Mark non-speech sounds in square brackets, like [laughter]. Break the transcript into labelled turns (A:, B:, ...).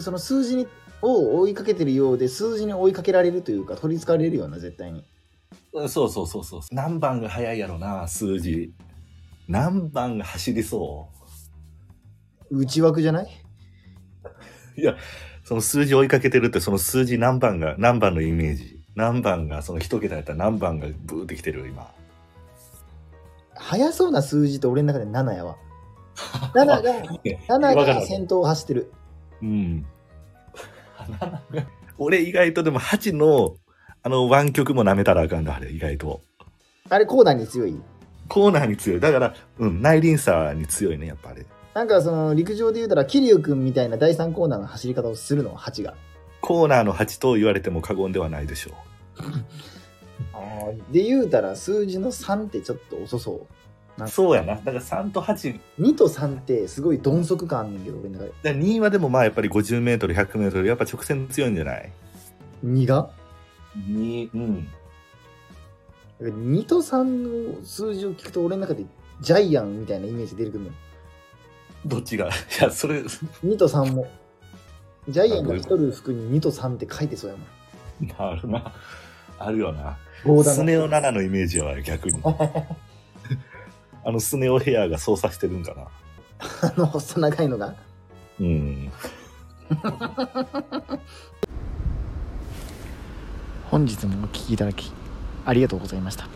A: その数字にを追いかけてるようで、数字に追いかけられるというか、取りつかれるような、絶対に。
B: うんそうそうそうそう。何番が早いやろな、数字。何番が走りそ
A: 内枠じゃないう
B: その数字追いかけてるって、その数字何番が、何番のイメージ。何番が、その一桁やったら何番がブーってきてる、今。
A: 速そうな数字って俺の中で7やわ。7が、7
B: わか
A: が
B: る
A: 先頭を走ってる。
B: うん。 [laughs] 俺意外とでも8の、あの湾曲も舐めたらあかんだ、あれ意外と。
A: あれ、コーナーに強い。
B: コーナーに強い。だから、うん、内輪差に強いね、やっぱあれ。
A: なんかその陸上で言うたら桐生君みたいな第3コーナーの走り方をするの8が。
B: コーナーの8と言われても過言ではないでしょう。
A: で言うたら数字の3ってちょっと遅そあ
B: そうやな。だから3と8、
A: う。2と3ってすごい鈍足感あんねんけど俺の中で。
B: だから2はでもまあやっぱり50メートル、100メートル、やっぱ直線強いんじゃない
A: 2が
B: ?2、うん。
A: 2と3の数字を聞くと俺の中でジャイアンみたいなイメージ出てくるの。
B: どっちが [laughs] いや、それ、
A: 2と3も。ジャイアンが着とる服に2と3って書いてそうやもん。
B: あるな。あるよな。
A: 棒だ
B: スネオ7のイメージは逆 [laughs] に。あのスネオヘアが操作してるんかな。
A: [laughs] あの細長いのが。
B: うん。
A: 本日もお聞きいただきありがとうございました